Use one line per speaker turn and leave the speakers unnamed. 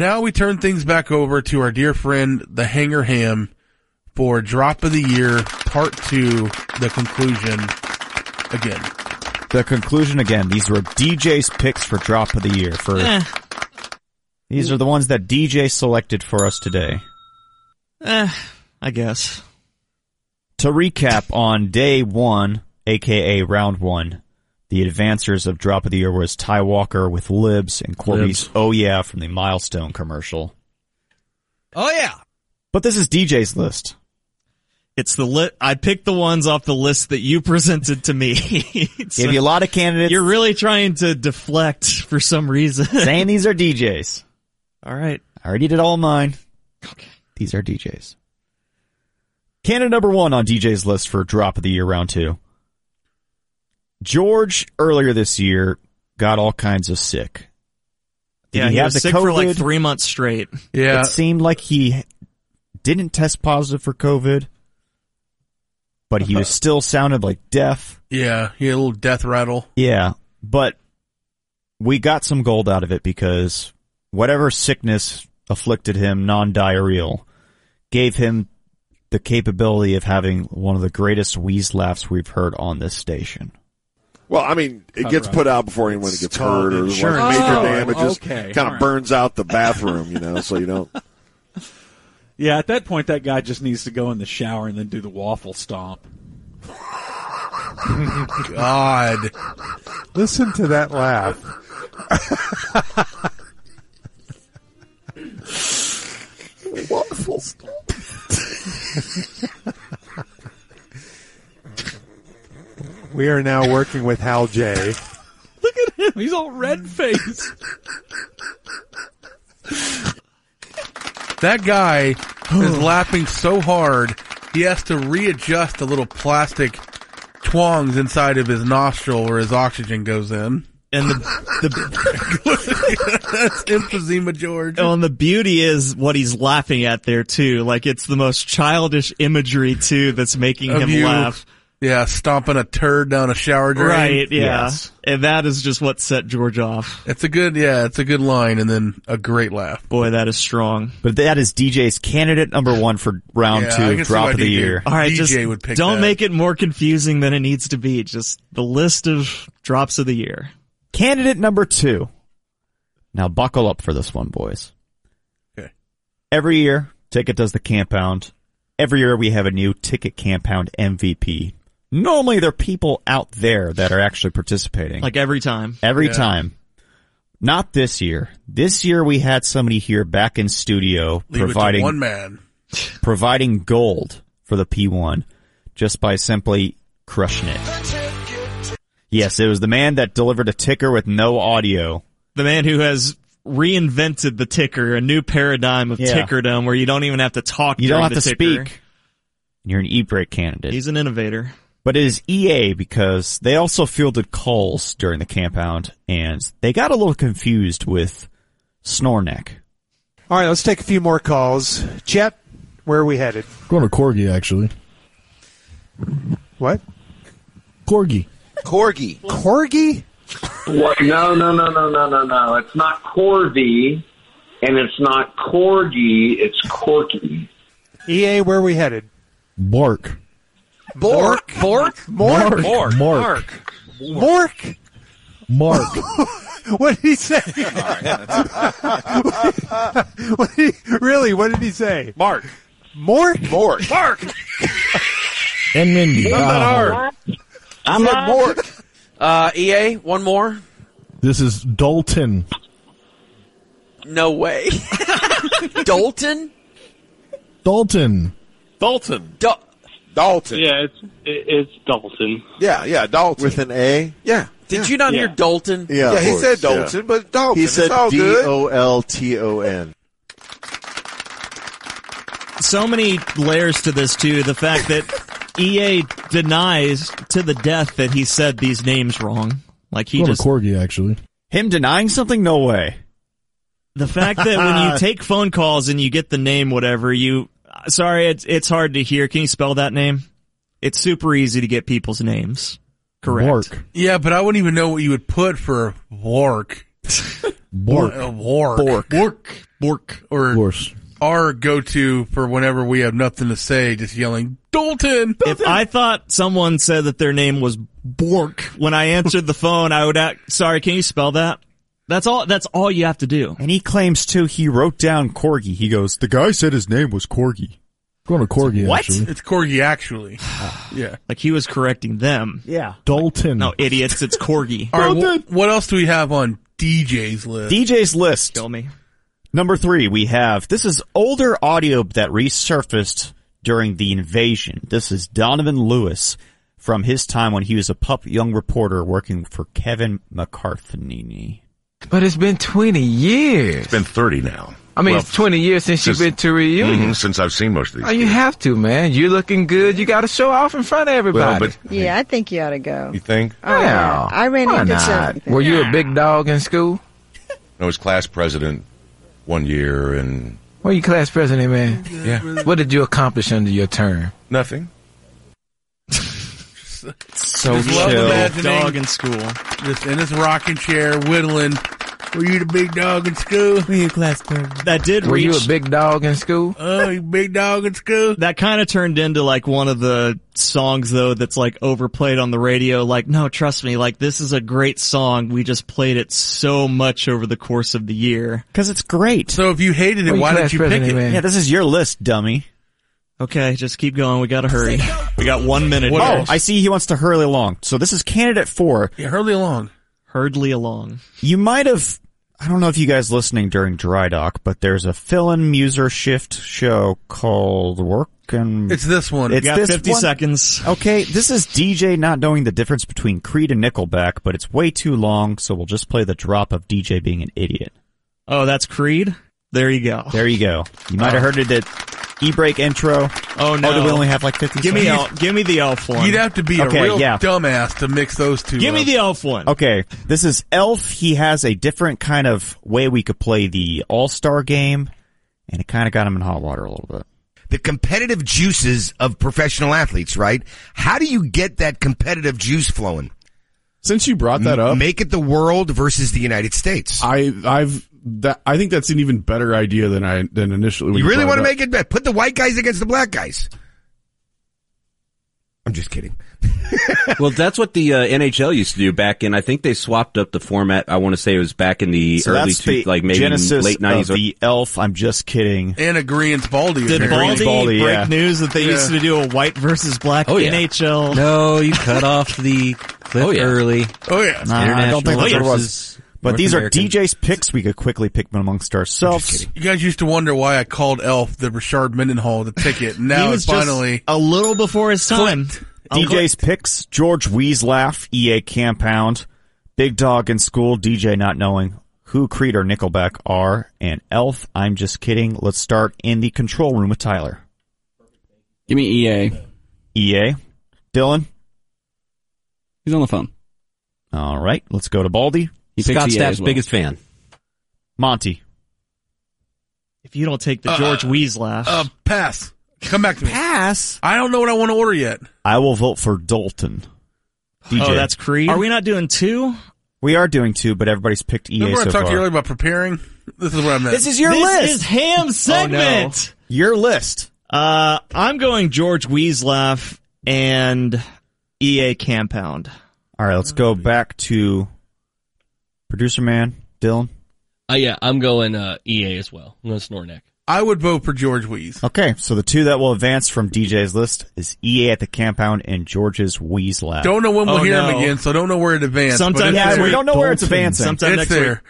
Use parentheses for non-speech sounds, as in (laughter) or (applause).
Now we turn things back over to our dear friend, the Hanger Ham, for Drop of the Year Part 2, the conclusion again.
The conclusion again. These were DJ's picks for drop of the year. For
Eh,
these are the ones that DJ selected for us today.
eh, I guess.
To recap on day one, aka round one, the advancers of drop of the year was Ty Walker with Libs and Corby's
Libs.
Oh Yeah from the Milestone commercial.
Oh yeah.
But this is DJ's list.
It's the lit. I picked the ones off the list that you (laughs) presented to me. So
Gave you a lot of candidates
you're really trying to deflect for some reason.
saying these are DJs.
All right.
I already did all mine. These are DJs. Candidate number one on DJ's list for drop of the year round two. George earlier this year got all kinds of sick. Did
yeah,
he,
he,
have
was
the
sick
COVID?
for like three uh, months straight.
Yeah.
It seemed like he didn't test positive for COVID, but
Uh-huh.
he was still sounded like deaf.
Yeah. He had a little death rattle.
Yeah, but we got some gold out of it because whatever sickness afflicted him, non-diarrheal, gave him the capability of having one of the greatest wheeze laughs we've heard on this station.
Well, I mean, it gets put out before anyone gets
called
hurt or like major
insurance. Oh,
damages.
okay.
Kind
All
of
right.
burns out the bathroom, you know, so you (laughs) don't.
Yeah, at that point, that guy just needs to go in the shower and then do the waffle stomp.
God.
Listen to that laugh. We are now working with Hal J.
He's all red faced.
That guy is
(sighs)
laughing so hard, he has to readjust the little plastic twongs inside of his nostril where his oxygen goes in. (laughs)
And the, the
That's (laughs) emphysema, George.
Oh, and the beauty is what he's laughing at there too. Like it's the most childish imagery too that's making
Of
him
you
laugh.
Yeah, stomping a turd down a shower drain.
Right, yeah.
Yes.
And that is just what set George off.
It's a good, yeah, it's a good line and then a great laugh.
Boy, that is strong.
But that is DJ's candidate number one for round
Yeah, I
two,
can see why
drop of the
DJ
year.
All right,
DJ
just
would pick
don't
that.
make it more confusing than it needs to be. Just the list of drops of the year.
Candidate number two. Now buckle up for this one, boys.
Okay.
Every year, Ticket does the campound. Every year we have a new Ticket Campound MVP. Normally there are people out there that are actually participating.
Like every time.
every
Yeah.
time. Not this year. This year we had somebody here back in studio
Leave it
providing
to one man.
providing gold for the P1 just by simply crushing it. Yes, it was the man that delivered a ticker with no audio.
The man who has reinvented the ticker, a new paradigm of
Yeah.
tickerdom where you don't even have to talk
You don't have
during
to
the ticker.
speak. You're an e-break candidate.
He's an innovator.
but it is EA because they also fielded calls during the campout and they got a little confused with Snorneck.
All right, let's take a few more calls. Chet, where are we headed?
Going to Corgi actually.
What?
Corgi.
Corgi.
Corgi?
What? No, no, no, no, no, no, no. It's not Corby, and it's not Corgi. It's Corky.
EA, E where are we headed?
Bark.
Bork. Bork.
Mork.
Mark. Mark.
Mork.
Mark.
(laughs)
What did he
(laughs)
say? what did he, really, what did he say?
Mark.
Mork?
Bork. Bork.
and Mindy. Ah.
I'm a Bork. Uh, EA, one more.
This is Dalton.
No way.
(laughs)
Dalton.
Dalton.
Dalton.
Dal-
Dalton.
Yeah, it's it, it's Dalton.
yeah, yeah, Dalton.
With an A?
yeah.
Did you not hear
Yeah.
Dalton?
Yeah, he said Dalton, but Dalton. He said D O L T O N.
so many layers to this too. The fact that EA denies to the death that he said these names wrong. Like he
Going
just
to Corgi actually.
Him denying something? No way.
the fact that when you take phone calls and you get the name whatever you sorry it's it's hard to hear. Can you spell that name? It's super easy to get people's names correct.
Bark.
Yeah, but I wouldn't even know what you would put for work.
Bork.
Uh, Bork. Bork. Bork. Bork. Or our go-to for whenever we have nothing to say, just yelling, Dalton.
If I thought someone said that their name was Bork when I answered the phone, I would act, sorry, can you spell that? That's all, that's all you have to do.
And he claims too he wrote down Corgi. He goes, the guy said his name was Corgi.
Going to Corgi. Actually.
It's Corgi, actually. yeah.
Like he was correcting them.
Yeah.
Dalton.
No, idiots, it's
(laughs)
Corgi.
All right, wh- what else do we have on DJ's list?
DJ's list.
Kill me.
Number three, we have this is older audio that resurfaced during the invasion. This is Donovan Lewis from his time when he was a pup young reporter working for Kevin McCarthy.
But it's been 20 years.
It's been 30 now.
I mean, it's 20 years since you've been to a reunion.
Mm-hmm.
Mhm, since I've seen most of these.
Oh, you have to, man. You're looking good. You got to show off in front of everybody.
Well,
Yeah, I think you ought to go.
You think?
Oh, yeah. I ran
why
into
not?
some-
Were you a big dog in school?
I was class president one year and
Were you class president, man?
Yeah.
What did you accomplish under your term?
nothing.
So
Just love imagining-
Dog in school.
Just in his rocking chair, whittling. Were you the big dog in school?
Were you class
That did
Were
reach.
you a big dog in school?
Oh, you big dog in school?
that kind of turned into like one of the songs though that's like overplayed on the radio like no trust me like this is a great song we just played it so much over the course of the year
Because it's great.
So if you hated it,
Well, you
why
could
didn't
ask
you pick
President
it?
Man.
Yeah, this is your list, dummy.
okay just keep going we gotta hurry we got one minute
What
here.
else?
I see he wants to hurley along. So this is candidate four.
Yeah, hurley along.
hurriedly along
You might have, I don't know if you guys listening during dry dock, but there's a fill-in muser shift show called Work and
It's this one.
It's
we got
this
50
one-
seconds
Okay, this is DJ not knowing the difference between Creed and Nickelback, but it's way too long, so we'll just play the drop of DJ being an idiot.
oh that's creed there you go
There you go. You might have heard it at E-Break intro.
oh
Oh, do
no
we only have like 50
give me
seconds?
el- give me the elf one
You'd have to be
Okay,
a real
yeah.
dumbass to mix those two.
give me
up.
the elf one
Okay, this is Elf. He has a different kind of way we could play the All-Star game, and it kind of got him in hot water a little bit.
the competitive juices of professional athletes, right? How do you get that competitive juice flowing?
Since you brought that up,
Make it the world versus the United States.
I I've that I think that's an even better idea than I than initially. when
you really
brought
want to
up.
make it bet? Put the white guys against the black guys. I'm just kidding.
(laughs) well, that's what the uh, NHL used to do back in. I think they swapped up the format. I want to say it was back in the
So
early
that's
two,
the
like maybe
genesis
late nineties.
of the Elf. I'm just kidding.
And a Green's Baldy.
did
apparently.
Baldy,
Baldy,
break
yeah.
news that they used to do a white versus black
Oh, yeah.
NHL?
No, you cut off the clip
Oh, yeah.
early.
Oh yeah.
Uh,
Nah, Uh, I don't think that's what it
International
was.
versus
But
North
these are
American.
DJ's picks. We could quickly pick them amongst ourselves.
You guys used to wonder why I called Elf the Richard Mendenhall the ticket. and
he
Now
was
it's finally
just a little before his time. I'll
DJ's picks: George Weaslaff, EA Campound, Big Dog in School, DJ not knowing who Creed or Nickelback are, and Elf. I'm just kidding. Let's start in the control room with Tyler.
Give me E EA.
EA, Dylan.
He's on the phone.
All right, let's go to Baldy,
He E
Scott
Scott
Stapp's
Stapp's biggest fan.
Monty.
If you don't take the George Weaslaff,
uh, pass. Come back to me.
Pass.
I don't know what I want to order yet.
I will vote for Dalton. DJ,
oh, that's Creed. Are we not doing two?
we are doing two, but everybody's picked EA
Remember
so
I talked to you
far.
earlier about preparing? This is what I meant.
This is your
this
list.
is
Oh,
ham segment.
your list.
uh, I'm going George Weaslaff and E EA Campound.
All right, let's go back to producer man Dylan.
Uh, yeah, I'm going uh, EA as well. I'm going Snorneck.
I would vote for George Wees.
Okay, so the two that will advance from DJ's list is EA at the compound and George's Wheeze Lab.
Don't know when we'll
Oh,
hear
no.
him again, so don't know where it advanced. but
Sometime
it's
next
there.
we
week.
don't know where it's advancing.
Sometime
It's
next
there.
week.